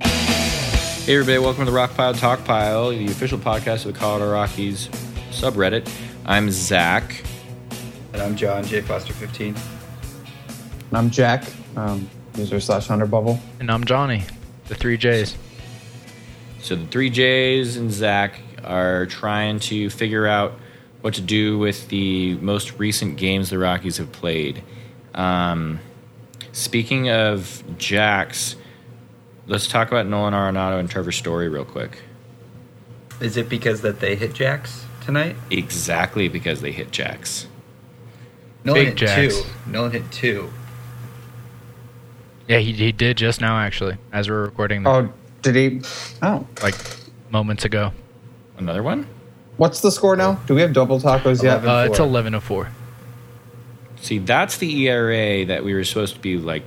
Hey everybody, welcome to the Rock Pile Talk Pile, the official podcast of the Colorado Rockies subreddit. I'm Zach. And I'm John J. Foster 15. And I'm Jack, um, user slash Hunter Bubble. And I'm Johnny, the three J's. So the three J's and Zach are trying to figure out what to do with the most recent games the Rockies have played. Um, speaking of Jacks, let's talk about Nolan Arenado and Trevor Story real quick. Is it because that they hit Jacks tonight? Exactly because they hit Jacks. Nolan Big hit Jacks. two. Nolan hit two. Yeah, he, he did just now, actually, as we're recording, the- Oh, did he? Oh, like moments ago. Another one? what's the score now? Do we have double tacos yet? Eleven. Uh, it's 4. 11 04. See, that's the ERA that we were supposed to be like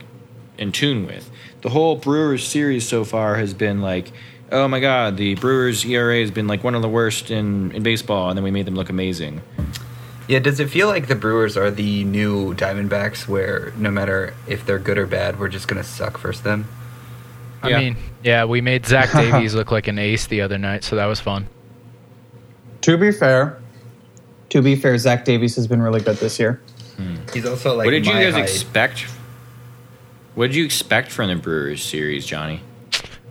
in tune with. The whole Brewers series so far has been like, oh my god, the Brewers ERA has been like one of the worst in, in baseball, and then we made them look amazing. Yeah, does it feel like the Brewers are the new Diamondbacks where no matter if they're good or bad, we're just going to suck versus them? I Yeah. mean, yeah, we made Zach Davies look like an ace the other night, so that was fun. to be fair, to be fair, Zach Davies has been really good this year. He's also like what did you my guys height. expect? What did you expect from the Brewers series, Johnny?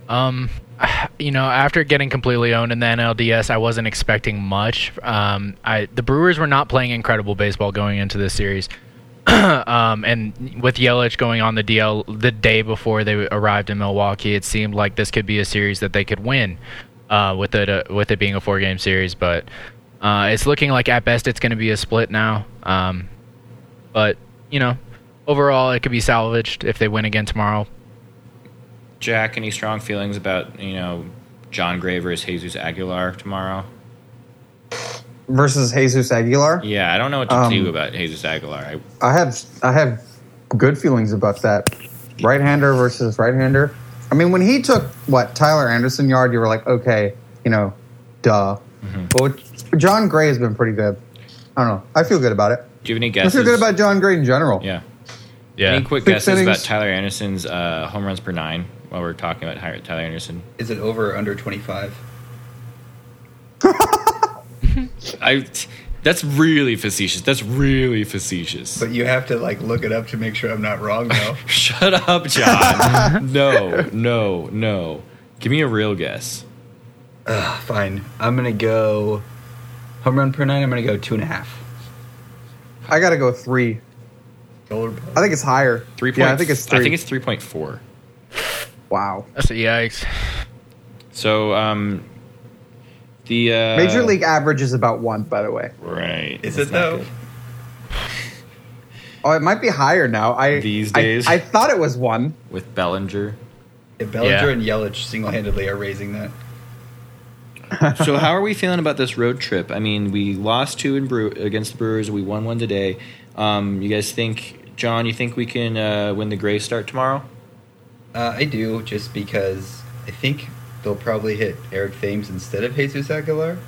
Um, you know, after getting completely owned in the NLDS, I wasn't expecting much. Um, I the Brewers were not playing incredible baseball going into this series. um, and with Yelich going on the DL the day before they arrived in Milwaukee, it seemed like this could be a series that they could win. Uh, with it uh, with it being a four game series, but uh, it's looking like at best it's going to be a split now. Um, but you know, overall it could be salvaged if they win again tomorrow. Jack, any strong feelings about you know John Gray versus Jesus Aguilar tomorrow? Versus Jesus Aguilar, Yeah, I don't know what to Um, do about Jesus Aguilar. I, I have I have good feelings about that. Right hander versus right hander. I mean, when he took what Tyler Anderson yard, you were like, okay, you know, duh. But with- John Gray has been pretty good. I don't know. I feel good about it. do you have any I guesses? feel good about John Gray in general. yeah. Yeah, Any quick Six guesses about innings. Tyler Anderson's uh, home runs per nine while we're talking about Ty- Tyler Anderson? Is it over or under 25? I. That's really facetious. That's really facetious. But you have to like look it up to make sure I'm not wrong though. Shut up, John. no, no, no. Give me a real guess. Ugh, fine. I'm going to go home run per nine. I'm going to go two and a half. I got to go three. Dollar bill. I think it's higher. Three point. Yeah, I think it's three. I think it's three point four. wow. That's a yikes. So, um, the uh, Major league average is about one, by the way. Right. Is That's it not though? good. Oh, it might be higher now. I These I- days. I, thought it was one. with Bellinger? Yeah, Bellinger Yeah. and Yelich single-handedly are raising that. so how are we feeling about this road trip? I mean, we lost two in Brew- against the Brewers. We won one today. Um, you guys think, John? You think we can uh, win the Gray start tomorrow? Uh, I do, just because I think they'll probably hit Eric Thames instead of Jesus Aguilar,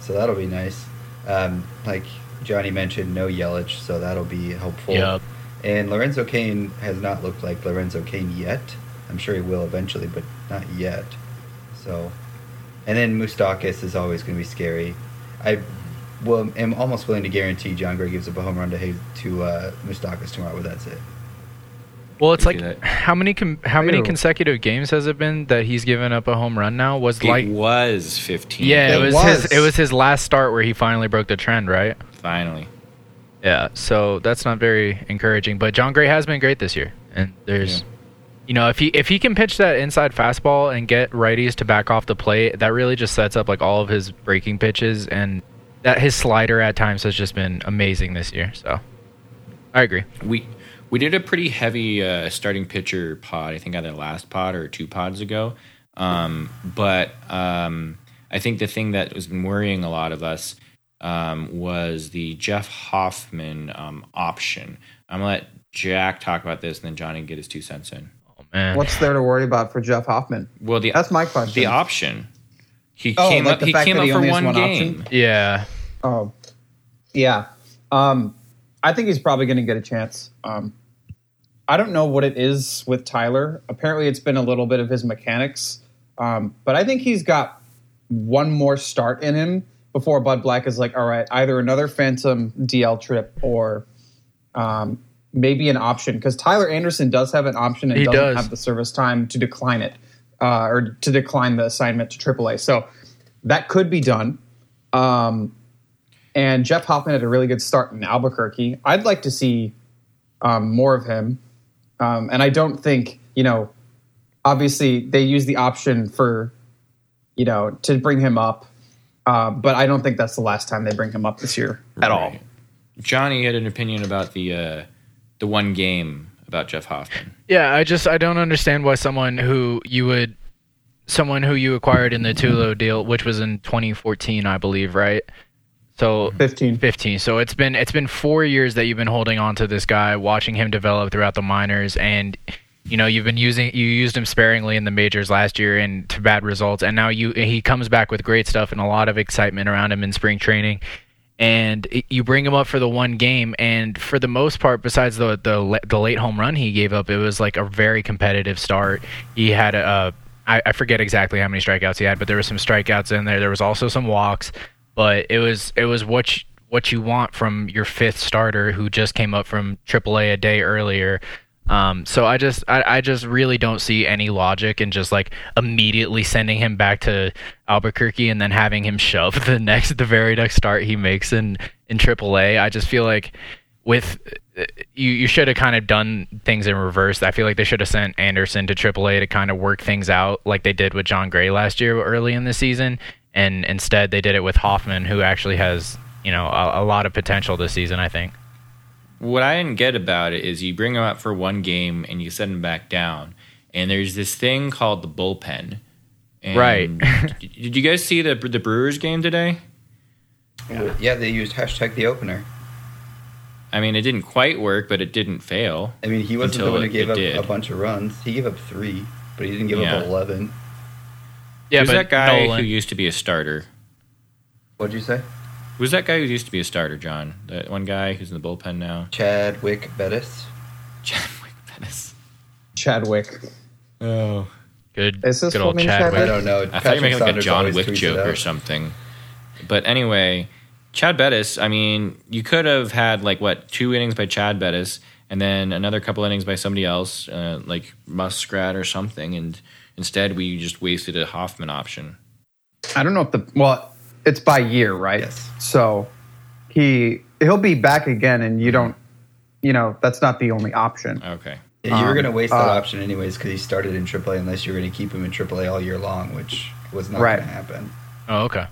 so that'll be nice. Um, like Johnny mentioned, no Yelich, so that'll be helpful. Yep. And Lorenzo Kane has not looked like Lorenzo Kane yet. I'm sure he will eventually, but not yet. So, and then Moustakis is always going to be scary. I well am almost willing to guarantee John Gray gives up a home run to Hay- to uh, Moustakis tomorrow, but that's it. Well, it's We like do that. how many com- how many Ew. consecutive games has it been that he's given up a home run now? Was like it was fifteen. yeah, it, It was, was. his it was his last start where he finally broke the trend, right? finally. Yeah, so that's not very encouraging. But John Gray has been great this year, and there's Yeah. you know if he if he can pitch that inside fastball and get righties to back off the plate, that really just sets up like all of his breaking pitches and that his slider at times has just been amazing this year. So I agree. We we did a pretty heavy uh, starting pitcher pod. I think either last pod or two pods ago. Um, but um, I think the thing that has been worrying a lot of us um, was the Jeff Hoffman um, option. I'm gonna let Jack talk about this, and then Johnny get his two cents in. Oh man, What's there to worry about for Jeff Hoffman? Well, the That's my question. the option. He Oh, came like up. the He fact came that up he for only has one, one game. option? yeah. Oh, yeah. Um, I think he's probably going to get a chance. Um, I don't know what it is with Tyler. Apparently, it's been a little bit of his mechanics, um, but I think he's got one more start in him before Bud Black is like, all right, either another Phantom DL trip or um, maybe an option because Tyler Anderson does have an option and He doesn't does. have the service time to decline it uh, or to decline the assignment to AAA. So that could be done. Um, and Jeff Hoffman had a really good start in Albuquerque. I'd like to see um, more of him. Um, and I don't think, you know, obviously they use the option for, you know, to bring him up. Uh, Um, but I don't think that's the last time they bring him up this year at all. Right. Johnny had an opinion about the uh, the one game about Jeff Hoffman. Yeah, I just I don't understand why someone who you would someone who you acquired in the Tulo deal, which was in 2014, I believe, right? So 15. 15. So it's been it's been 4 years that you've been holding on to this guy, watching him develop throughout the minors and you know, you've been using you used him sparingly in the majors last year and to bad results and now you he comes back with great stuff and a lot of excitement around him in spring training and it- you bring him up for the one game and for the most part besides the the la- the late home run he gave up it was like a very competitive start he had a, a I, I forget exactly how many strikeouts he had but there were some strikeouts in there there was also some walks but it was it was what you, what you want from your fifth starter who just came up from AAA a day earlier um, so I just I, I just really don't see any logic in just like immediately sending him back to Albuquerque and then having him shove the next the very next start he makes in in AAA. I just feel like with uh, you you should have kind of done things in reverse. I feel like they should have sent Anderson to AAA to kind of work things out like they did with John Gray last year early in the season, and instead they did it with Hoffman, who actually has you know a, a lot of potential this season. I think. What I didn't get about it is you bring him up for one game and you send him back down, and there's this thing called the bullpen. And Right. d- did you guys see the the Brewers game today? Yeah. they used hashtag the opener. I mean, it didn't quite work, but it didn't fail. I mean, he wasn't the Until one who it- gave it up did. a bunch of runs. He gave up three, but he didn't give Yeah. up 11. Yeah, Who's that guy who used to be a starter? What'd you say? Who's that guy who used to be a starter, John? That one guy who's in the bullpen now? Chadwick Bettis. Chadwick Pettis. Chadwick. Oh. Good, Is this good old what means Chadwick. I don't know. I thought you were making like a Saunders John always Wick tweets it joke out. or something. But anyway, Chad Bettis, I mean, you could have had like what, two innings by Chad Bettis and then another couple innings by somebody else, uh, like Muskrat or something. And instead, we just wasted a Hoffman option. I don't know if the well, it's by year, right? Yes. So he he'll be back again, and you don't, you know, that's not the only option. Okay. Yeah, you were Um, going to waste that uh, option anyways because he started in AAA unless you were going to keep him in AAA all year long, which was not Right. going to happen. Oh, okay.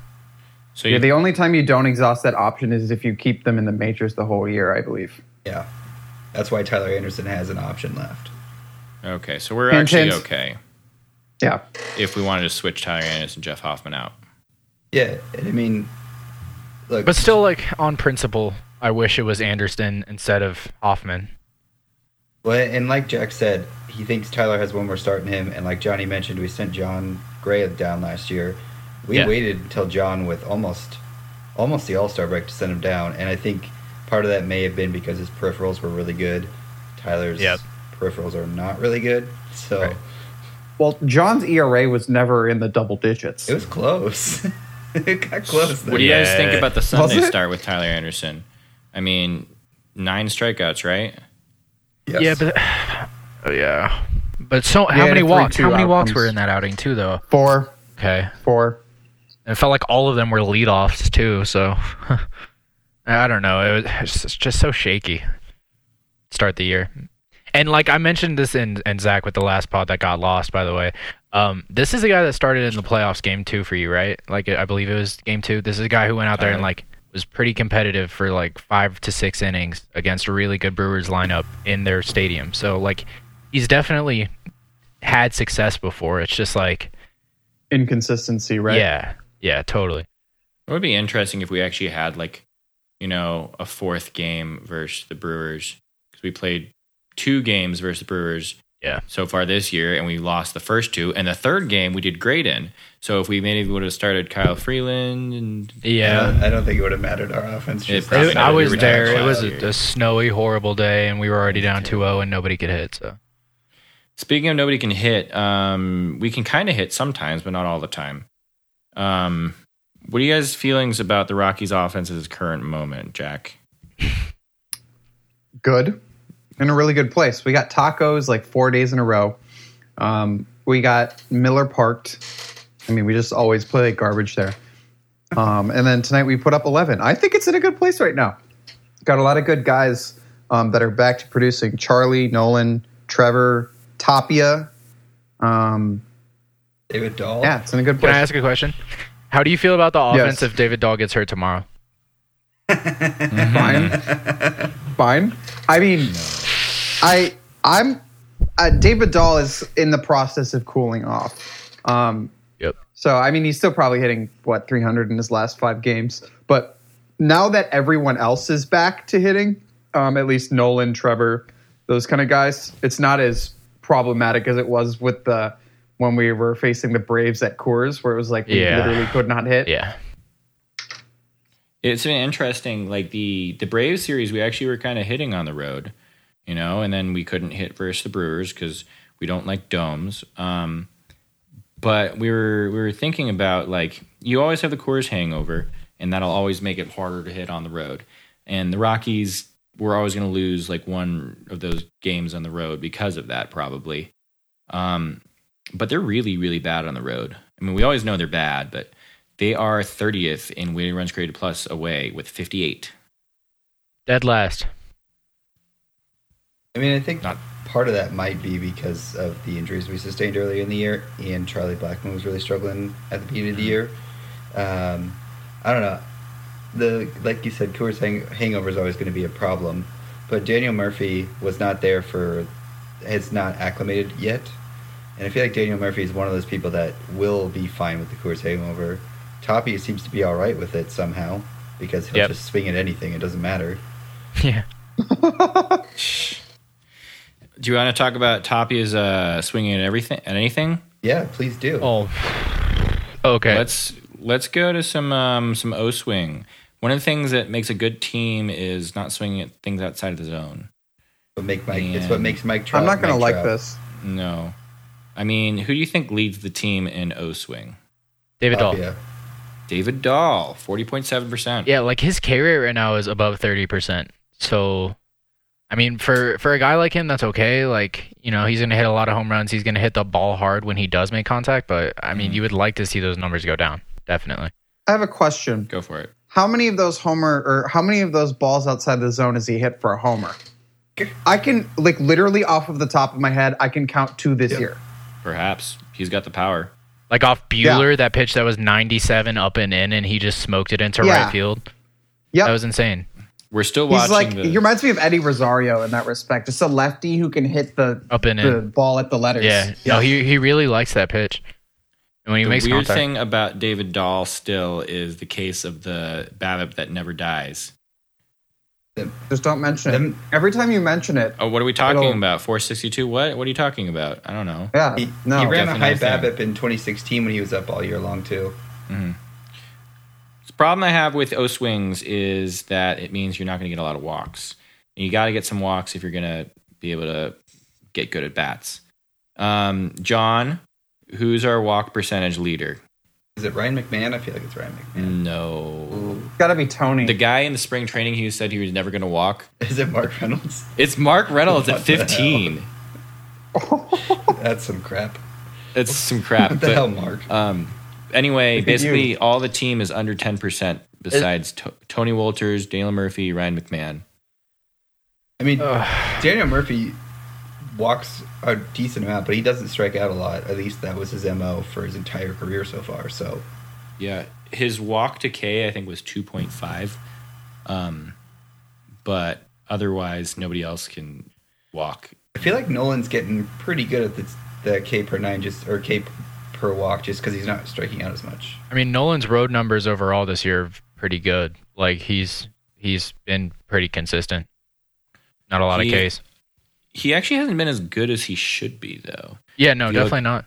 So Yeah, you, the only time you don't exhaust that option is if you keep them in the majors the whole year, I believe. Yeah. That's why Tyler Anderson has an option left. okay, so we're Hint, actually hint. okay Yeah, if we wanted to switch Tyler Annis and Jeff Hoffman out. Yeah, and I mean, look, But still, like on principle, I wish it was Anderson instead of Hoffman. well, and like Jack said, he thinks Tyler has one more start in him, and like Johnny mentioned, we sent John Gray down last year. We Yeah. waited until John with almost, almost the All Star break to send him down, and I think part of that may have been because his peripherals were really good. Tyler's Yep. peripherals are not really good, so Right. well, John's ERA was never in the double digits. it was close. it got close. What do you there. guys Yeah. think about the Was Sunday it? start with Tyler Anderson? I mean, nine strikeouts, right? Yeah, Yes. but oh, yeah, but so Yeah, how the many three, walks? How two many walks outcomes. were in that outing too, though? Four, Okay, four. it felt like all of them were leadoffs too. So I don't know. It was it's just- just so shaky. Start the year, and like I mentioned this in and Zach with the last pod that got lost. By the way, um, this is the guy that started in the playoffs game two for you, right? Like I believe it was game two. This is a guy who went out there and like was pretty competitive for like five to six innings against a really good Brewers lineup in their stadium. So like he's definitely had success before. It's just like Inconsistency, right? yeah, yeah, totally. It would be interesting if we actually had like, you know, a fourth game versus the Brewers because we played two games versus the Brewers Yeah. so far this year, and we lost the first two. And the third game we did great in. So if we maybe would have started Kyle Freeland and Yeah. Uh, I don't, I don't think it would have mattered our offense. It Just probably- It- I we was were there. down It was five. a, a snowy, horrible day, and we were already down 2-0, and nobody could hit. So Speaking of nobody can hit, um, we can kind of hit sometimes, but not all the time. Um, what are you guys' feelings about the Rockies' offense at this current moment, Jack? good in a really good place. We got tacos like four days in a row. Um, we got Miller parked. I mean, we just always play garbage there. Um, and then tonight we put up 11. I think it's in a good place right now. Got a lot of good guys um, that are back to producing Charlie, Nolan, Trevor, Tapia. Um, David Dahl. yeah, it's in a good can place. I ask a question? How do you feel about the offense Yes. if David Dahl gets hurt tomorrow? fine. fine. I mean, I I'm uh, David Dahl is in the process of cooling off. Um, Yep. so I mean, he's still probably hitting what 300 in his last five games. But now that everyone else is back to hitting, um, at least Nolan, Trevor, those kind of guys, it's not as problematic as it was with the when we were facing the Braves at Coors, where it was like we Yeah. literally could not hit. Yeah. It's been interesting. Like the the Braves series, we actually were kind of hitting on the road, you know, and then we couldn't hit versus the Brewers because we don't like domes. Um, but we were we were thinking about like you always have the Coors hangover, and that'll always make it harder to hit on the road. And the Rockies were always going to lose like one of those games on the road because of that, probably. Um, but they're really really bad on the road. I mean, we always know they're bad, but they are 30th in weighted runs created plus away with 58. Dead last. I mean, I think Not- part of that might be because of the injuries we sustained earlier in the year, and Charlie Blackman was really struggling at the beginning of the year. Um, I don't know. The like you said, Coors hang- hangover is always going to be a problem, but Daniel Murphy was not there for, has not acclimated yet, and I feel like Daniel Murphy is one of those people that will be fine with the Coors hangover. Toppy seems to be all right with it somehow because he'll Yep. just swing at anything; it doesn't matter. Yeah. Do you want to talk about Tapia's uh, swinging at everything at anything? Yeah, please do. Oh. Okay. Let's let's go to some um, some O swing. One of the things that makes a good team is not swinging at things outside of the zone. But make Mike. It's what And- makes Mike. Trout I'm not going to Mike Trout. like this. No, I mean, who do you think leads the team in O swing? David Dahl. Tapia. David Dahl, forty point seven percent. Yeah, like his K rate right now is above thirty percent. So, I mean, for for a guy like him, that's okay. Like you know, he's gonna hit a lot of home runs. He's gonna hit the ball hard when he does make contact. But I Mm-hmm. mean, you would like to see those numbers go down, definitely. I have a question. Go for it. how many of those homer or how many of those balls outside the zone has he hit for a homer? I can like literally off of the top of my head, I can count two this Yeah. year. Perhaps he's got the power. Like off Bueller, that pitch that was ninety seven up and in, and he just smoked it into Yeah. right field. Yep. That was insane. We're still watching. He's like the, he reminds me of Eddie Rosario in that respect. Just a lefty who can hit the Up and the in. ball at the letters. Yeah. No, he he really likes that pitch. And when he The makes weird contact, thing about David Dahl still is the case of the BABIP that never dies. Just don't mention it. Them- Every time you mention it, Oh, what are we talking It'll- about? 462? What? What are you talking about? I don't know. yeah, He, no. he ran a Definitely high thing. BABIP in 2016 when he was up all year long too. The problem I have with O swings is that it means you're not going to get a lot of walks. And you got to get some walks if you're going to be able to get good at bats. Um, John, who's our walk percentage leader? Is it Ryan McMahon? I feel like it's Ryan McMahon. No. Ooh. Got to be Tony. The guy in the spring training who said he was never going to walk. Is it Mark Reynolds? It's Mark Reynolds at What the hell? 15. That's some crap. It's some crap. What the but- hell, Mark? Um, anyway, Look at basically you. all the team is under 10% besides to- Tony Walters, Dalen Murphy, Ryan McMahon. I mean, Daniel Murphy walks a decent amount, but he doesn't strike out a lot. At least that was his mo for his entire career so far. So Yeah, his walk to K I think was 2.5. Um, but otherwise nobody else can walk. I feel like Nolan's getting pretty good at the, the K per nine, just or K per walk, just because he's not striking out as much. I mean, Nolan's road numbers overall this year are pretty good. Like he's he's been pretty consistent. Not a lot He- of Ks. he actually hasn't been as good as he should be though. Yeah, no, You know- definitely not.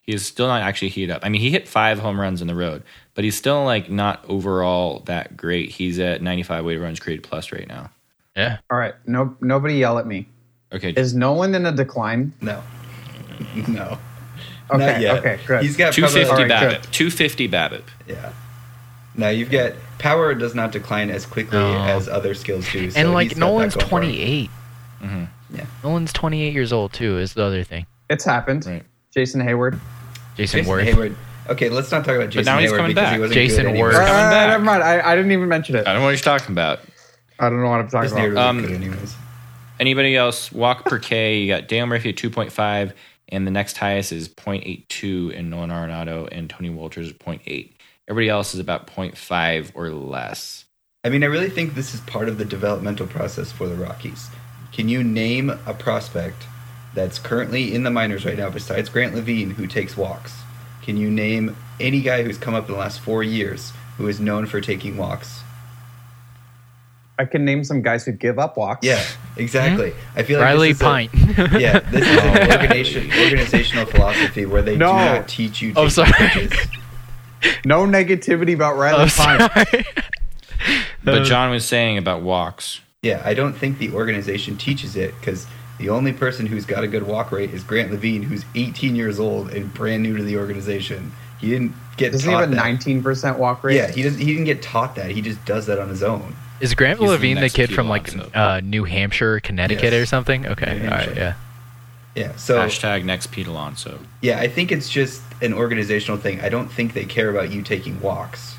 He is still not actually heated up. I mean, he hit five home runs in the road, but he's still like not overall that great. He's at 95 weighted runs created plus right now. Yeah. All right, no, nobody yell at me. Okay, Is Nolan in a decline? No. no. Okay, Not yet. okay, good. He's got probably- 250 All right, BABIP. 250 BABIP. Yeah. Now you've got power does not decline as quickly No. as other skills do. so and he's like got that Nolan's going for him. 28. Mhm. Yeah. Nolan's 28 years old too. Is the other thing. It's happened. Right. Jason Hayward. Jason, Jason Worth. Hayward. Okay, let's not talk about Jason now he's Hayward coming because back. he wasn't Jason good Ward. anyways. coming Uh, back. Never mind. I, I didn't even mention it. Uh, I don't know what you're talking about. I don't know what I'm He's talking never about. really Um, good anyways. Anybody else? Walk per K. You got Dale Murphy at 2.5, and the next highest is 0.82, and Nolan Arenado and Tony Walters at 0.8. Everybody else is about 0.5 or less. I mean, I really think this is part of the developmental process for the Rockies. Can you name a prospect that's currently in the minors right now, besides Grant Levine, who takes walks? Can you name any guy who's come up in the last four years who is known for taking walks? I can name some guys who give up walks. Yeah, exactly. I feel like this Hmm? Riley is a- Pint. yeah, this is an organization, organizational philosophy where they No. do not teach you. Oh, taking sorry. pitches. No negativity about Riley I'm Pine. Oh, sorry. Uh, But John was saying about walks. Yeah, I don't think the organization teaches it because the only person who's got a good walk rate is Grant Levine, who's 18 years old and brand new to the organization. He didn't get Doesn't he taught have a that. 19% walk rate? Yeah, he doesn't. He didn't get taught that. He just does that on his own. Is Grant He's the Levine the, next kid Pete from like Alonso. uh, New Hampshire, Connecticut, Yes. or something? Okay, New all right, Hampshire. yeah. Yeah. So Hashtag next Pete Alonso. yeah, I think it's just an organizational thing. I don't think they care about you taking walks,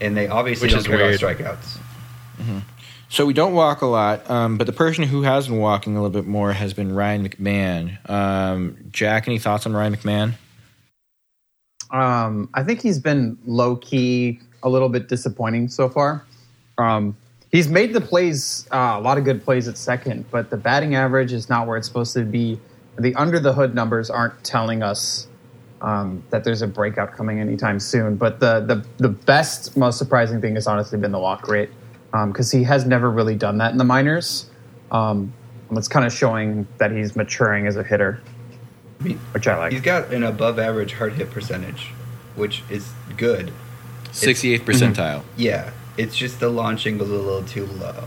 and they obviously Which don't is care weird. about strikeouts. So we don't walk a lot, um, but the person who has been walking a little bit more has been Ryan McMahon. Um, Jack, any thoughts on Ryan McMahon? Um, I think he's been low key, a little bit disappointing so far. Um, he's made the plays, uh, a lot of good plays at second, but the batting average is not where it's supposed to be. The under the hood numbers aren't telling us um, that there's a breakout coming anytime soon. But the the the best, most surprising thing has honestly been the walk rate because he has never really done that in the minors. Um, and it's kind of showing that he's maturing as a hitter, which I like. He's got an above average hard hit percentage, which is good. 68th percentile. Yeah, it's just the launching was a little too low.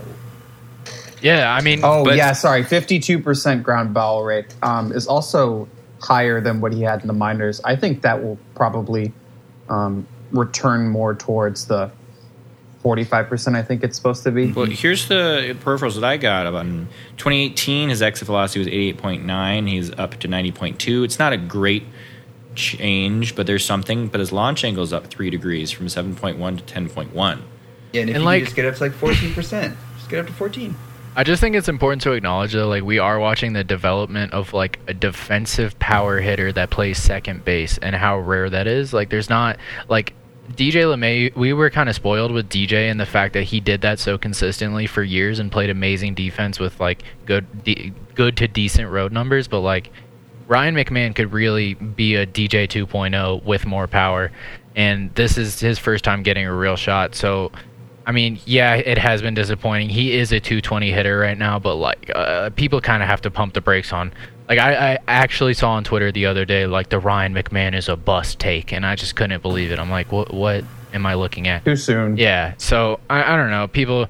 Yeah, I mean, Oh but- yeah, sorry. Fifty-two percent ground ball rate um, is also higher than what he had in the minors. I think that will probably um, return more towards the forty-five percent. I think it's supposed to be. Well, here's the peripherals that I got about him. 2018. His exit velocity was 88.9. He's up to 90.2. It's not a great change, but there's something. But his launch angle is up three degrees from 7.1 to 10.1. Yeah, and if And, you like- can just get up to like 14%, just get up to 14. I just think it's important to acknowledge that like we are watching the development of like a defensive power hitter that plays second base and how rare that is. Like there's not like DJ LeMay we were kind of spoiled with DJ and the fact that he did that so consistently for years and played amazing defense with like good de- good to decent road numbers, but like Ryan McMahon could really be a DJ 2.0 with more power, and this is his first time getting a real shot. So, I mean, yeah, it has been disappointing. He is a 220 hitter right now, but like uh, people kind of have to pump the brakes on. Like I, I actually saw on Twitter the other day, like the Ryan McMahon is a bust take, and I just couldn't believe it. I'm like, what? What am I looking at? Too soon. Yeah, so I, I don't know. People,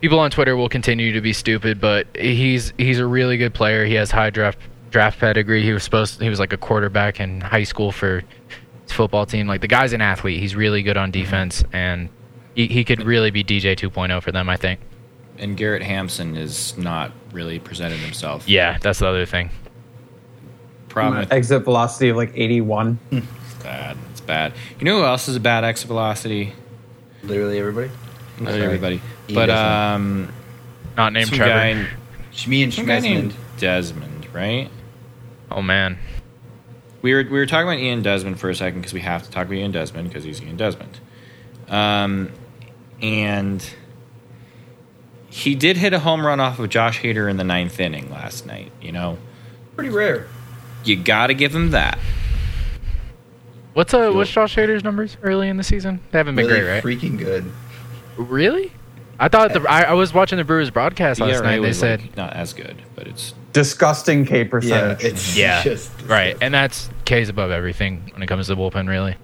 people on Twitter will continue to be stupid, but he's he's a really good player. He has high draft draft pedigree. He was supposed he was like a quarterback in high school for his football team. Like the guy's an athlete. He's really good on defense, and he, he could really be DJ 2.0 for them. I think. And Garrett Hampson is not really presented himself. Yeah, that's the other thing. Problem with Um, Exit velocity of like eighty-one. it's bad. It's bad. You know who else is a bad exit velocity? Literally everybody. Not Sorry. everybody. He But doesn't. um, Not named some Trevor. guy, Sh- Me and some guy Schmesmond. named Desmond, right? Oh man. we were we were talking about Ian Desmond for a second because we have to talk about Ian Desmond because he's Ian Desmond, um, and he did hit a home run off of Josh Hader in the ninth inning last night. You know, Pretty rare. you got to give him that. What's uh what's Josh Hader's numbers early in the season? They haven't been Really great, right? freaking good. really? I thought the I, I was watching the Brewers broadcast last ERA night. They was, said like, not as good, but it's Disgusting K Yeah, percentage. it's Yeah. just right, and that's K's above everything when it comes to the bullpen. Really,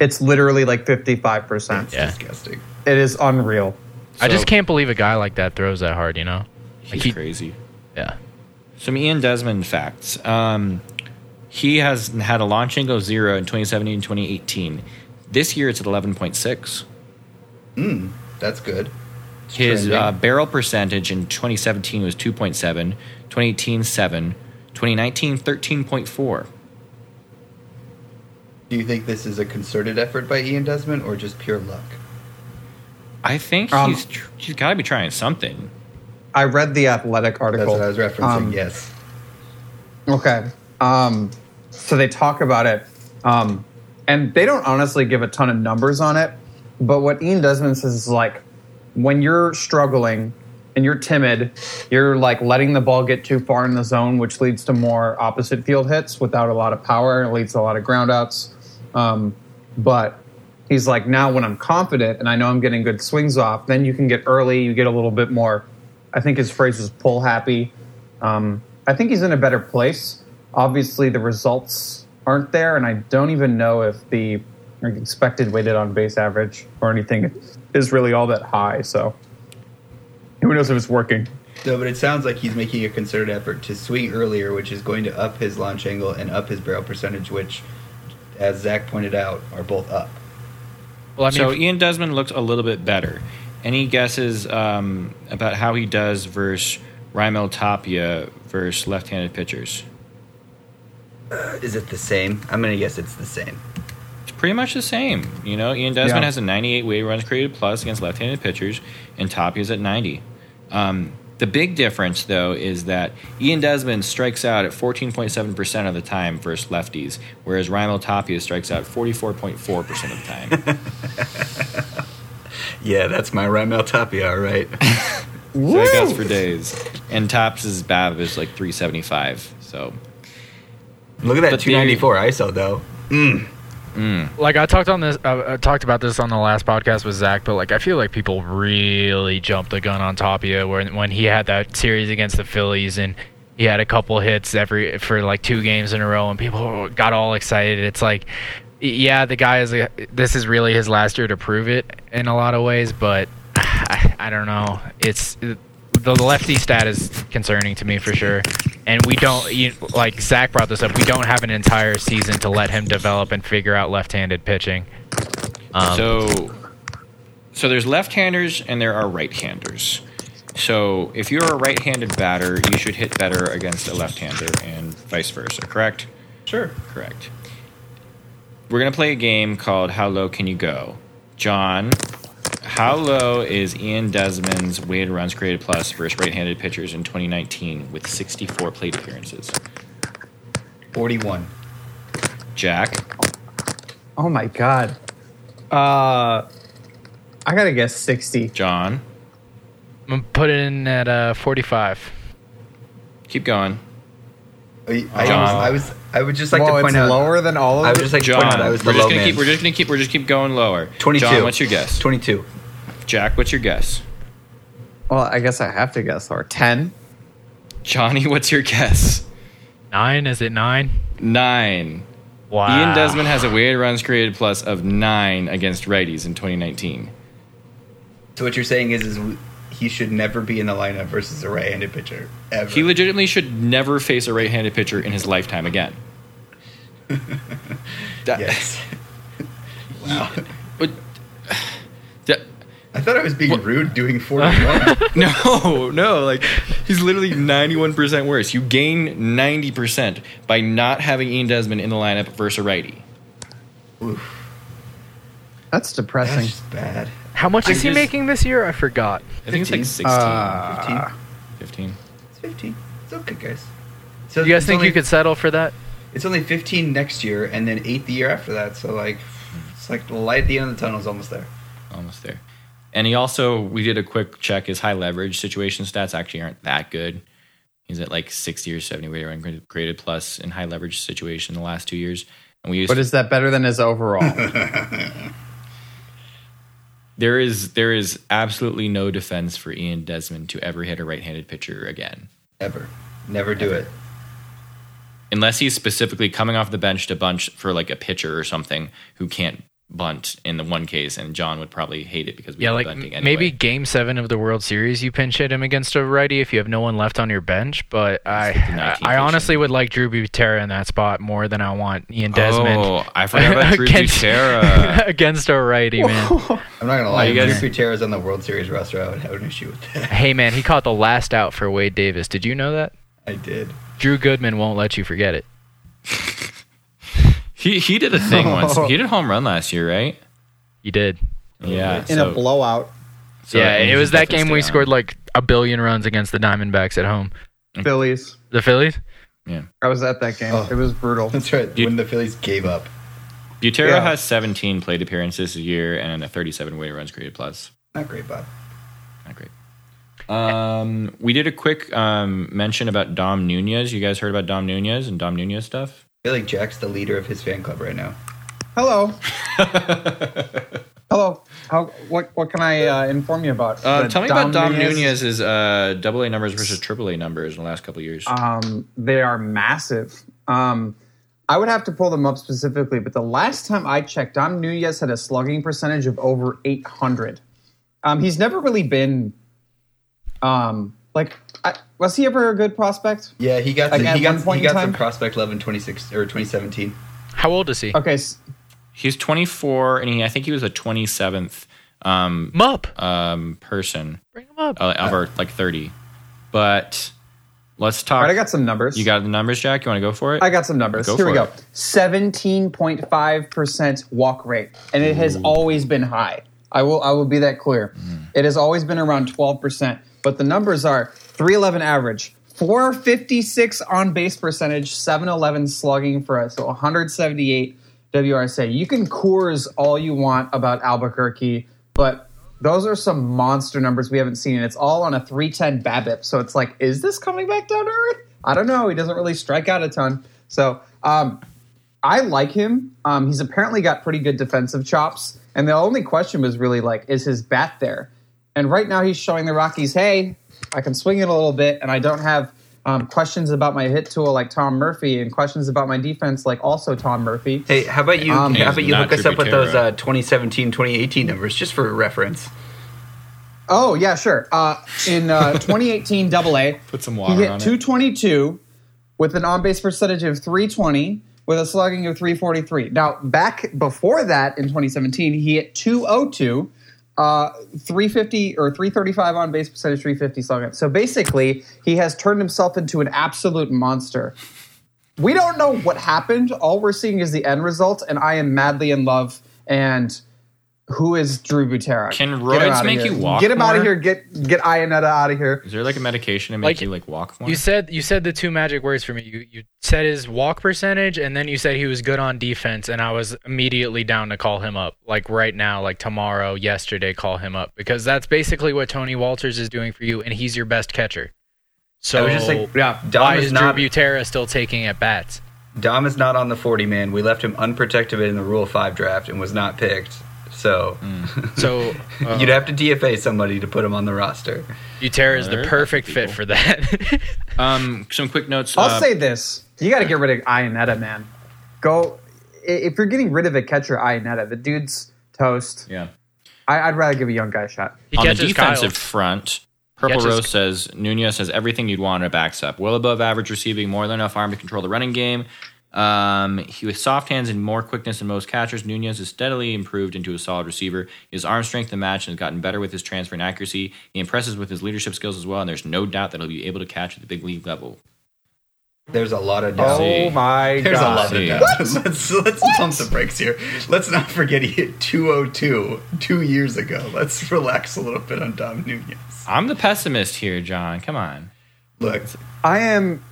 It's literally like 55%. Yeah. disgusting. It is unreal. I just So- can't believe a guy like that throws that hard. You know? he's he- crazy. Yeah. Some Ian Desmond facts. Um, he has had a launch angle of zero in 2017 and 2018. This year it's at 11.6. That's good. His Trending. uh, barrel percentage in 2017 was 2.7, 2018 7, 2019 13.4. Do you think this is a concerted effort by Ian Desmond or just pure luck? I think Um, he's tr- he's got to be trying something. I read the athletic That's article. what I was referencing. Um, yes. Okay. Um, so they talk about it, um, and they don't honestly give a ton of numbers on it. But what Ian Desmond says is like, when you're struggling and you're timid, you're like letting the ball get too far in the zone, which leads to more opposite field hits without a lot of power. It leads to a lot of groundouts. Um, but he's like, now when I'm confident and I know I'm getting good swings off, then you can get early. You get a little bit more. I think his phrase was pull happy. Um, I think he's in a better place. Obviously, the results aren't there, and I don't even know if the like, expected weighted on base average or anything is really all that high. So, who knows if it's working? No, but it sounds like he's making a concerted effort to swing earlier, which is going to up his launch angle and up his barrel percentage, which, as Zach pointed out, are both up. Well, I mean, so Ian Desmond looked a little bit better. Any guesses um, about how he does versus Raimel Tapia versus left-handed pitchers? Uh, Is it the same? I'm going to guess it's the same. It's pretty much the same. You know, Ian Desmond Yeah. has a 98 weighted runs created plus against left-handed pitchers, and Tapia's at 90. Um, the big difference, though, is that Ian Desmond strikes out at 14.7% of the time versus lefties, whereas Raimel Tapia strikes out 44.4% of the time. Yeah, that's my Raimel Tapia, all right. So that goes for days. And Tops' BAB is like 375. So Look at that But the- 294 ISO, though. like I talked on this, I, I talked about this on the last podcast with Zach, but like I feel like people really jumped the gun on Tapia when when he had that series against the Phillies and he had a couple hits every for like two games in a row, and people got all excited. It's like, yeah, the guy is. A, this is really his last year to prove it in a lot of ways, but I, I don't know. It's the lefty stat is concerning to me for sure. And we don't, you, like Zach brought this up, we don't have an entire season to let him develop and figure out left-handed pitching. Um, so so there's left-handers and there are right-handers. So if you're a right-handed batter, you should hit better against a left-hander and vice versa, correct? Sure. Correct. We're going to play a game called How Low Can You Go? John, how low is Ian Desmond's weighted runs created plus versus right-handed pitchers in 2019 with 64 plate appearances? 41. Jack, Oh my god! Uh, I gotta guess sixty. John, I'm gonna put it in at uh, 45. keep going. I, I, John. I was, I would just like Whoa, to it's point out. lower than all of. I it. would just like to John, point out I was the we're just low gonna man. keep. We're just gonna keep. We're just keep going lower. 22. John, what's your guess? 22. Jack, what's your guess? well, I guess I have to guess or ten. Johnny, what's your guess? Nine? Is it nine? Nine. Wow. Ian Desmond has a weighted runs created plus of nine against righties in 2019. So what you're saying is, is w- he should never be in the lineup versus a right-handed pitcher ever. He legitimately should never face a right-handed pitcher in his lifetime again. That- yes. wow. But, that- I thought I was being What? rude doing 41. no, no, like he's literally 91% worse. You gain 90% by not having Ian Desmond in the lineup versus a righty. Oof, That's that's depressing. just bad. How much I is he just- making this year? I forgot. I think it's like 15. 16. Uh, 15? 15. It's 15. It's okay, guys. So You guys it's think only, you could settle for that? It's only 15 next year, and then 8 the year after that. So, like, it's like the light at the end of the tunnel is almost there. almost there. And he also, we did a quick check. His high leverage situation stats actually aren't that good. He's at like 60 or 70 weighted run graded plus in high leverage situation the last two years. And we used But is that better than his overall? there is there is absolutely no defense for Ian Desmond to ever hit a right-handed pitcher again, Ever. Never do it. unless he's specifically coming off the bench to bunch for like a pitcher or something who can't bunt in the one case. And John would probably hate it because we Yeah, love like bunting m- anyway. maybe Game Seven of the World Series, you pinch hit him against a righty if you have no one left on your bench. But with the I, 19th I pitch honestly would like Drew Butera in that spot more than I want Ian Desmond Oh, I forgot about Drew Against- Butera. against a righty, man. I'm not gonna lie. you If guys- guys... Gutierrez on the World Series roster, I would have an issue with that. hey, man, he caught the last out for Wade Davis. Did you know that? I did. Drew Goodman won't let you forget it. He he did a thing once. He did a home run last year, right? He did. Yeah. in so- a blowout. so yeah, means it was he's that definitely game staying we on. scored like a billion runs against the Diamondbacks at home. Phillies. The Phillies? I was at that game. Oh. It was brutal. That's right. You- When the Phillies gave up. Butera Yeah. has 17 plate appearances a year and a 37 weighted runs created plus. Not great, Bob. Not great. Um, we did a quick um, mention about Dom Nunez. You guys heard about Dom Nunez and Dom Nunez stuff? I feel like Jack's the leader of his fan club right now. Hello. Hello. How, what, what can I uh, inform you about? Uh, The tell me about Dom Nunez's uh, double A numbers versus triple A numbers in the last couple of years. Um, they are massive. Um, I would have to pull them up specifically, but the last time I checked, Dom Nunez had a slugging percentage of over 800. Um, he's never really been, um, like, I, was he ever a good prospect? Yeah, he got Like, the, at he got, one point he got in some time? prospect love in 26 or 2017. How old is he? Uh, Okay, s- He's 24, and he, I think he was the 27th um, Mup. um, person Bring him up. uh, of our like 30. But let's talk. all right, I got some numbers. you got the numbers, Jack? You want to go for it? I got some numbers. Go Here we for go. it. 17.5% walk rate. And it has always been high. I will I will be that clear. It has always been around 12%, but the numbers are 311 average, 456 on base percentage, 711 slugging for us, so 178 WRSA. You can Coors all you want about Albuquerque, but those are some monster numbers we haven't seen, and it's all on a 310 BABIP. So it's like, is this coming back down to earth? I don't know. He doesn't really strike out a ton. So um, I like him. Um, he's apparently got pretty good defensive chops. And the only question was really like, is his bat there? And right now he's showing the Rockies, hey, I can swing it a little bit, and I don't have um, questions about my hit tool like Tom Murphy, and questions about my defense like also Tom Murphy. Hey, how about you? Um, how about you Not look us up with Tributera. those uh, 2017, 2018 numbers just for reference? Oh yeah, sure. Uh, in uh, 2018 Double A, Put some he water on hit it. 222 with an on-base percentage of 320 with a slugging of 343. Now back before that in 2017, he hit 202, uh, 350 or 335 on-base percentage, 350 slugging. So basically, he has turned himself into an absolute monster. We don't know what happened. All we're seeing is the end result, and I am madly in love. And who is Drew Butera? Can Get him roids outta make here. you walk Get him out more? of here. Get get Ionetta out of here. Is there like a medication to make Like, you like walk more? You said you said the two magic words for me. You you said his walk percentage, and then you said he was good on defense, and I was immediately down to call him up, like right now, like tomorrow, yesterday, call him up because that's basically what Tony Walters is doing for you, and he's your best catcher. So I was just like, yeah, why Dom is is not Drew Butera still taking at bats? Dom is not on the 40 man. We left him unprotected in the Rule 5 draft and was not picked. So So uh, you'd have to DFA somebody to put him on the roster. Butera is There are the perfect fit people. for that. um, some quick notes. I'll uh, say this: you got to get rid of Ionetta, man. Go i- if you're getting rid of a catcher, Ionetta. The dude's toast. yeah. I, I'd rather give a young guy a shot. he on the catches Kyle. defensive front, Purple Catches- Rose says Nunez has everything you'd want in a backstop. Well above average receiving, more than enough arm to control the running game. Um, he with soft hands and more quickness than most catchers. Nunez has steadily improved into a solid receiver. His arm strength and match has gotten better with his transfer and accuracy. He impresses with his leadership skills as well, and there's no doubt that he'll be able to catch at the big league level. There's a lot of doubt. Oh my There's a lot god! See. of doubt. Let's, let's pump the brakes here. Let's not forget he hit 202 two years ago. Let's relax a little bit on Dom Nunez. I'm the pessimist here, John. Come on. Look, I am,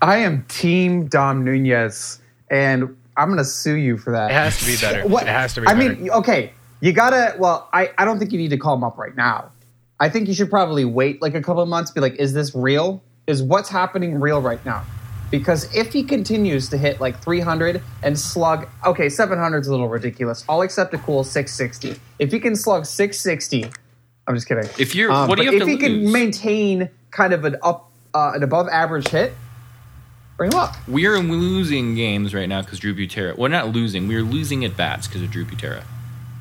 I am Team Dom Nunez, and I'm gonna sue you for that. It has to be better. What It has to be I better. mean, okay, you gotta. Well, I, I don't think you need to call him up right now. I think you should probably wait like a couple of months. Be like, is this real? Is what's happening real right now? because if he continues to hit like 300 and slug, okay, 700 is a little ridiculous. I'll accept a cool 660. If he can slug 660, I'm just kidding. If you're- Um, what do but you have if to he can lose? maintain kind of an up, uh, an above average hit, bring him up. We're losing games right now because Drew Butera. We're not losing. We're losing at bats because of Drew Butera.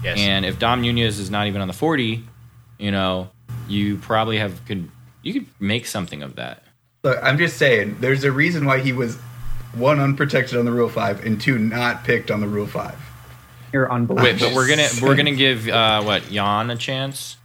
Yes. And if Dom Nunez is not even on the forty, you know, you probably have could you could make something of that. Look, I'm just saying, there's a reason why he was one unprotected on the rule five and two not picked on the rule five. You're unbelievable. Wait, but we're gonna we're gonna give uh, what Jan a chance.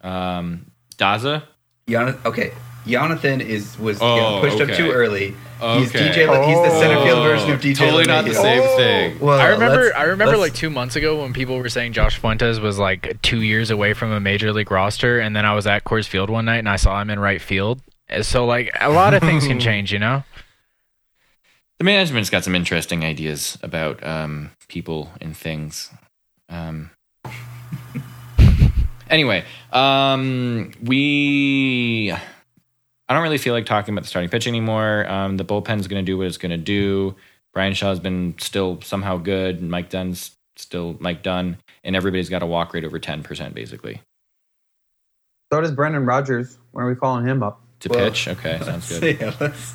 Um, Daza. Yana, okay, Jonathan is was Oh, yeah, pushed up okay. too early. He's Okay. DJ. Le- He's the center field Oh, version of DJ. Totally not the LeMahieu. same thing. Oh, Well, I remember. let's- I remember let's- like two months ago when people were saying Josh Fuentes was like two years away from a major league roster, and then I was at Coors Field one night and I saw him in right field. And So like a lot of things can change, you know. The management's got some interesting ideas about um, people and things. Um, anyway, um, we. I don't really feel like talking about the starting pitch anymore. Um, the bullpen's going to do what it's going to do. Brian Shaw's been still somehow good. And Mike Dunn's still Mike Dunn, and everybody's got a walk rate over ten percent basically So does Brendan Rogers. When are we calling him up? to Well, pitch. Okay, sounds good. Yeah, let's-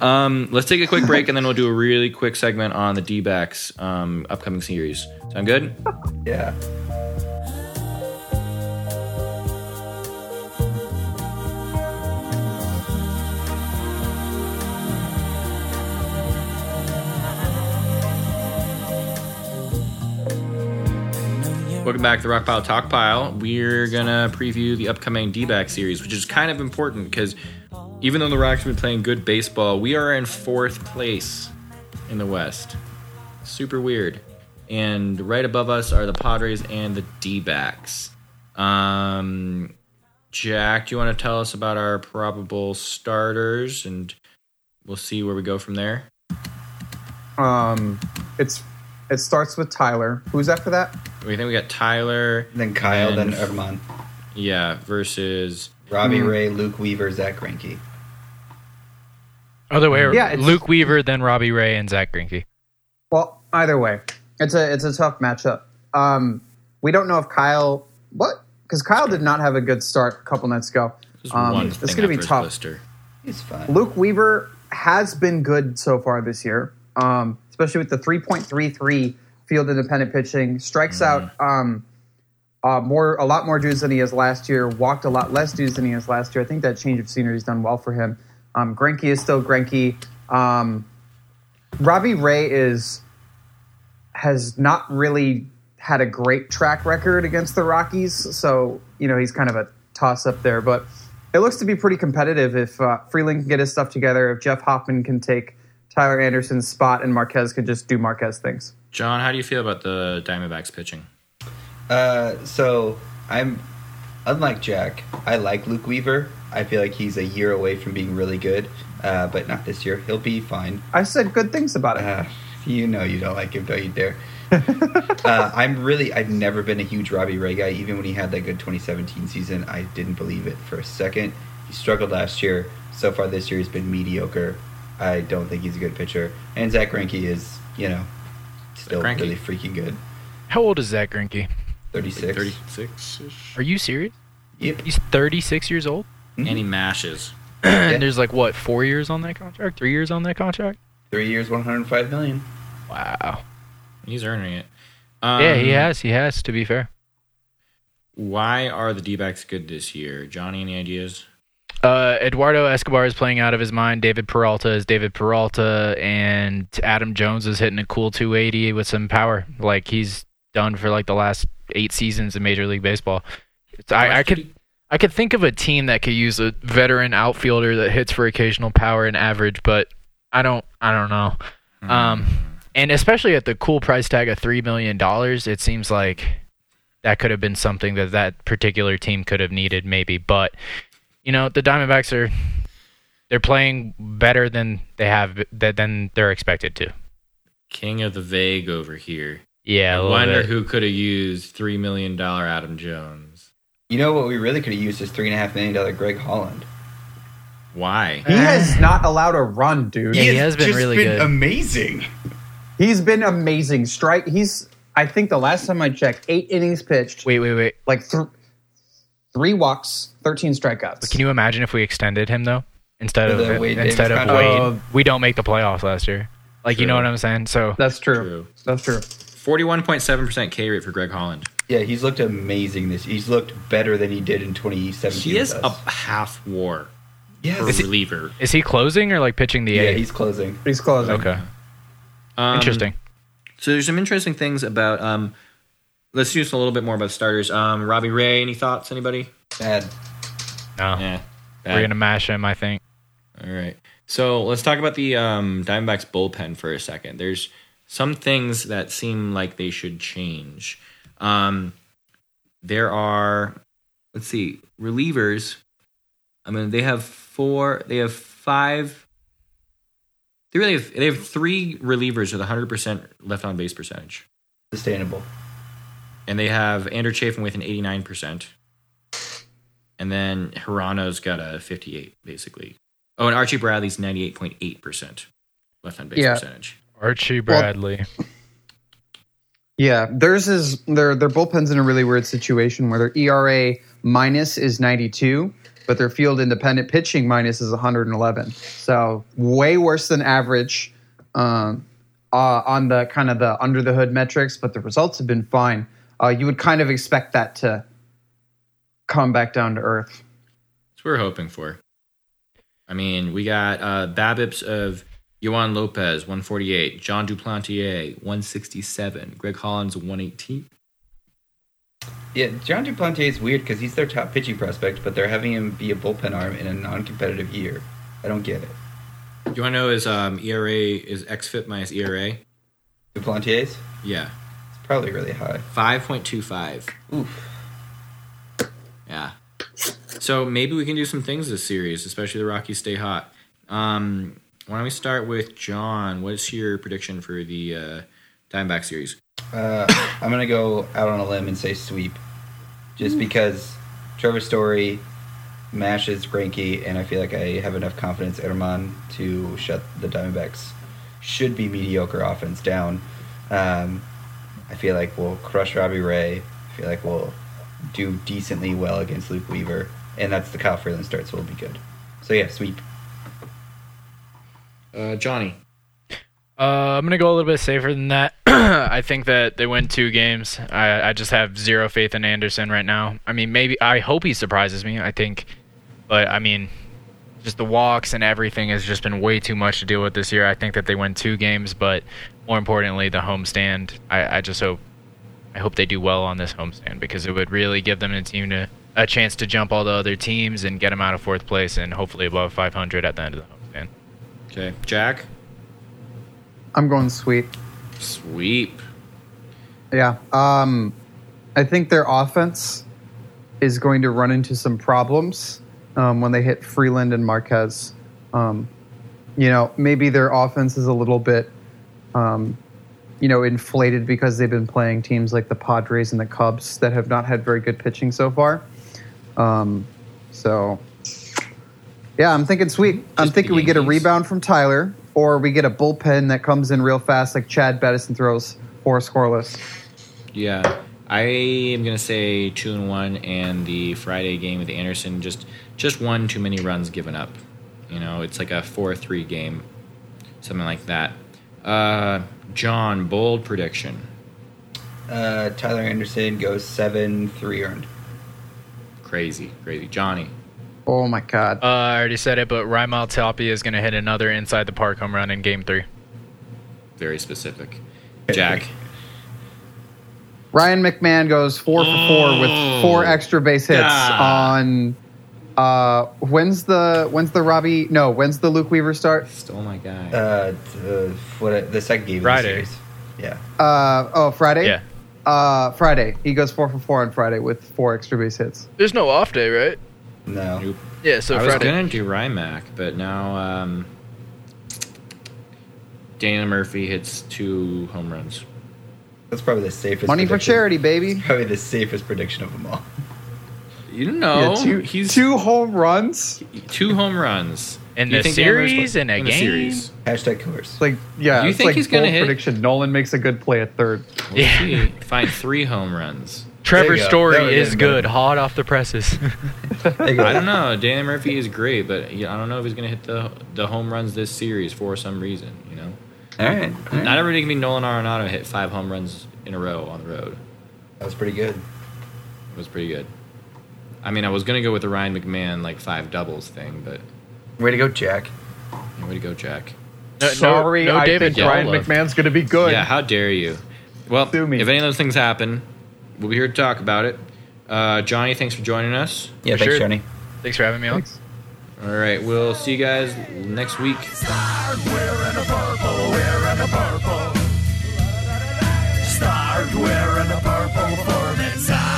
Um, let's take a quick break and then we'll do a really quick segment on the D backs um, upcoming series. Sound good? yeah. Welcome back to the Rock Pile Talk Pile. We're gonna preview the upcoming D back series, which is kind of important because even though the Rock's been playing good baseball, we are in fourth place in the West. Super weird. And right above us are the Padres and the D backs. Um, Jack, do you want to tell us about our probable starters and we'll see where we go from there? Um, it's it starts with Tyler. Who's after that? We think we got Tyler. And then Kyle, then And- Erman, Yeah, versus Robbie Ray, Luke Weaver, Zach Greinke. Other way, Yeah, it's- Luke Weaver, then Robbie Ray, and Zach Greinke. Well, either way, it's a it's a tough matchup. Um, we don't know if Kyle what because Kyle did not have a good start a couple nights ago. there's Um, one it's thing going to after be his tough. blister. He's fine. Luke Weaver has been good so far this year, um, especially with the 3.33 field independent pitching. Strikes out um, uh, more, a lot more dudes than he has last year. Walked a lot less dudes than he has last year. I think that change of scenery has done well for him. Um, Greinke is still Greinke. Um, Robbie Ray is has not really had a great track record against the Rockies, so you know he's kind of a toss up there. But it looks to be pretty competitive if uh, Freeland can get his stuff together, if Jeff Hoffman can take Tyler Anderson's spot, and Marquez can just do Marquez things. John, how do you feel about the Diamondbacks pitching? Uh, so I'm unlike Jack. I like Luke Weaver. I feel like he's a year away from being really good, uh, but not this year. He'll be fine. I said good things about it. Uh, you know you don't like him, don't you dare. uh, I'm really. I've never been a huge Robbie Ray guy. Even when he had that good 2017 season, I didn't believe it for a second. He struggled last year. So far this year, he's been mediocre. I don't think he's a good pitcher. And Zach Greinke is, you know, still Greinke. really freaking good. How old is Zach Greinke? 36. 36 ish. Are you serious? Yep. He's 36 years old, And he mashes. and there's like what four years on that contract, three years on that contract. Three years, 105 million. Wow. He's earning it. Um, yeah, he has. He has. To be fair. Why are the D backs good this year? Johnny, any ideas? Uh, Eduardo Escobar is playing out of his mind. David Peralta is David Peralta, and Adam Jones is hitting a cool 280 with some power, like he's done for like the last eight seasons in Major League Baseball. It's- I, I could I could think of a team that could use a veteran outfielder that hits for occasional power and average, but I don't I don't know. Um, and especially at the cool price tag of three million dollars, it seems like that could have been something that that particular team could have needed, maybe. But you know, the Diamondbacks are they're playing better than they have that than they're expected to. King of the vague over here. Yeah, I a little wonder bit. who could have used $3 million Adam Jones. You know what we really could have used is three and a half million dollar Greg Holland. Why? He has not allowed a run, dude. Yeah, he has been just really been good. Amazing. He's been amazing. Strike. He's. I think the last time I checked, eight innings pitched, Wait, wait, wait. like th- three walks, thirteen strikeouts. Can you imagine if we extended him though? Instead For the of Wade Davis instead of Wade, contract? Oh. we don't make the playoffs last year. Like you know what I'm saying? So That's true. True. That's true. Forty-one point seven percent K rate for Greg Holland. Yeah, he's looked amazing this. He's looked better than he did in 2017. He is with a us. half WAR for Yes. reliever. is he closing or like pitching the Yeah, eight? he's closing. He's closing. okay, Um, interesting. So there's some interesting things about. Um, let's do just a little bit more about starters. Um, Robbie Ray. Any thoughts? Anybody? Bad. No, Yeah. we're gonna mash him. I think. All right. So let's talk about the um, Diamondbacks bullpen for a second. There's some things that seem like they should change. Um, there are, let's see, relievers. I mean, they have four. They have five. They really have. They have three relievers with 100 percent left on base percentage, Sustainable. and they have Andrew Chafin with an 89 percent, and then Hirano's got a 58 basically. Oh, and Archie Bradley's 98.8 percent left on base Yeah. percentage. Archie Well- Bradley. Yeah. Theirs is their their bullpen's in a really weird situation where their ERA minus is 92, but their field independent pitching minus is 111. So way worse than average um, uh, on the kind of the under the hood metrics, but the results have been fine. Uh, you would kind of expect that to come back down to earth. That's what we're hoping for. I mean, we got uh, Babips of Juan Lopez, 148, John Duplantier, 167, Greg Hollins, 118. Yeah, John Duplantier is weird because he's their top pitching prospect, but they're having him be a bullpen arm in a non-competitive year. I don't get it. Do you want to know his um, ERA, is XFIP minus ERA? Duplantier's Yeah, it's probably really high. 5.25. Oof. Yeah. So maybe we can do some things this series, especially the Rockies stay hot. Um, why don't we start with John? What's your prediction for the uh, Diamondback series? Uh, I'm gonna go out on a limb and say sweep, just because Trevor Story mashes Granky, and I feel like I have enough confidence in Erman to shut the Diamondbacks should be mediocre offense down. Um, I feel like we'll crush Robbie Ray. I feel like we'll do decently well against Luke Weaver, and that's the Kyle Freeland start, so we'll be good. So yeah, sweep. Uh, Johnny. Uh, I'm gonna go a little bit safer than that. I think that they win two games. I, I just have zero faith in Anderson right now. I mean, maybe I hope he surprises me. I think, but I mean, just the walks and everything has just been way too much to deal with this year. I think that they win two games, but more importantly, the homestand. I, I just hope, I hope they do well on this homestand because it would really give them a team to a chance to jump all the other teams and get them out of fourth place and hopefully above 500 at the end of the homestand. Okay. Jack. I'm going sweet. Sweep. Yeah. Um, I think their offense is going to run into some problems um, when they hit Freeland and Marquez. Um, you know, maybe their offense is a little bit, um, you know, inflated because they've been playing teams like the Padres and the Cubs that have not had very good pitching so far. Um, so, yeah, I'm thinking sweet. I'm Just thinking we get a Yankees. rebound from Tyler, or we get a bullpen that comes in real fast, like Chad Bettison throws or scoreless. Yeah, I am gonna say two and one, and the Friday game with Anderson just just one too many runs given up. You know, it's like a four three game, something like that. Uh, John, bold prediction. Uh, Tyler Anderson goes seven, three earned. Crazy, crazy. Johnny, Oh my god. Uh, I already said it, but Rymal Talpi is going to hit another inside the park home run in Game Three. very specific. Jack, Ryan McMahon goes four for four with Mm. four extra base hits Ah. on uh when's the when's the Robbie no, when's the Luke Weaver start? stole my guy. Uh, uh, what the second game of the Friday. series. Yeah. Uh oh Friday? Yeah, Uh Friday. He goes four for four on Friday with four extra base hits. there's no off day, right? No. Nope. Yeah, so I was gonna do Rymac, but now um, Dana Murphy hits two home runs. That's probably the safest. Money for prediction. charity, baby. Probably the safest prediction of them all. You know, Yeah, two, Oh, he's two, two home runs. home runs In You the think Amber's- series? In a the game? series. Hashtag coerce. Like yeah, You it's think like he's gonna bold hit? prediction. Nolan makes a good play at third. We'll Yeah. see. Find three home runs. Trevor's go. There story it is is, good, hot off the presses. There you go. I don't know. Danny Murphy is great, but yeah, I don't know if he's going to hit the the home runs this series for some reason. You know, All right. all right. not everybody can be Nolan Arenado hit five home runs in a row on the road. That was pretty good. It was pretty good. I mean, I was going to go with the Ryan McMahon like five doubles thing, but Way to go, Jack. yeah, way to go, Jack. No- no- Sorry, no I David think Ryan Gettleff. McMahon's going to be good. Yeah, how dare you? Well, if Sue me. any of those things happen, we'll be here to talk about it. Uh, Johnny, thanks for joining us. Yeah, For thanks, sure. Johnny. Thanks for having me on. All right, we'll see you guys next week. Start wearing a purple, wearing a purple. Start wearing a purple for the time.